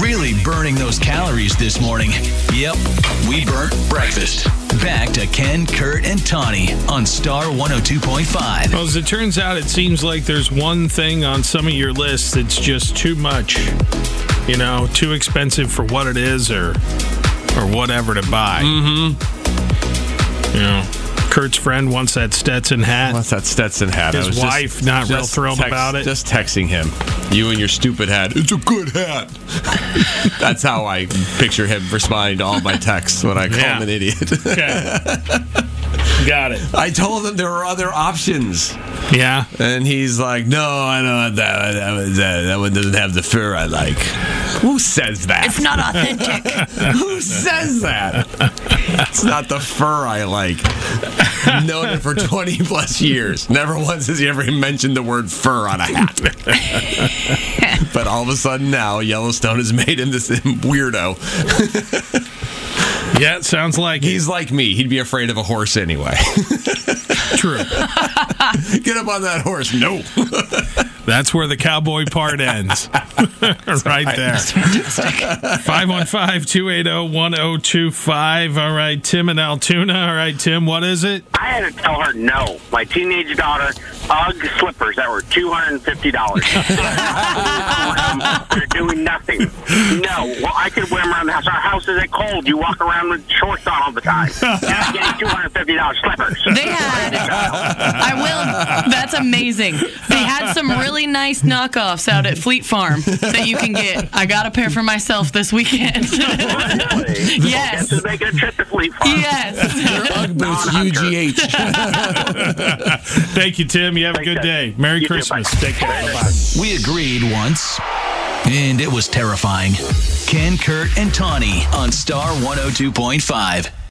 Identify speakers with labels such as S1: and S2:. S1: really burning those calories this morning. Yep, we burnt breakfast. Back to Ken, Kurt, and Tawny on Star 102.5.
S2: Well, as it turns out, it seems like there's one thing on some of your lists that's just too much. You know, too expensive for what it is, or or whatever to buy. Mm-hmm. You know, Kurt's friend wants that Stetson hat.
S3: What's that Stetson hat? I
S2: His
S3: was just-
S2: wife not real thrilled
S3: text-
S2: about it.
S3: Just texting him. You and your stupid hat. It's a good hat. That's how I picture him responding to all my texts when I call
S2: Yeah.
S3: him an idiot.
S2: Okay. Got it.
S3: I told him there were other options.
S2: Yeah.
S3: And he's like, no, I don't want that. That one, that, that one doesn't have the fur I like. Who says that? It's not authentic. Who says that? It's not the fur I like. Known it for 20 plus years. Never once has he ever mentioned the word fur on a hat. but all of a sudden now, Yellowstone has made him this weirdo.
S2: Yeah, it sounds like
S3: He's like me. He'd be afraid of a horse anyway.
S2: true.
S3: Get up on that horse. No.
S2: That's where the cowboy part ends. right there. 515 280 1025. All right, Tim in Altoona. All right, Tim, what is it?
S4: I had to tell her no. My teenage daughter, UGG slippers that were two hundred and fifty dollars. They're doing nothing. No, well, I could wear them around the house. Our house isn't cold. You walk around with shorts on all the time. Not getting two hundred fifty dollars slippers.
S5: They had. I will. That's amazing. They had some really nice knockoffs out at Fleet Farm that you can get. I got a pair for myself this weekend.
S4: Really?
S5: yes.
S4: Just making a trip to Fleet Farm.
S5: Yes.
S3: Ugg boots UGH.
S2: Thank you, Tim. You have a
S4: Thanks,
S2: good
S4: guys.
S2: day. Merry
S4: You too,
S2: Christmas.
S4: bye.
S2: Take care. Bye-bye.
S1: We agreed once, and oh it was terrifying. Ken, Kurt, and Tawny on Star 102.5.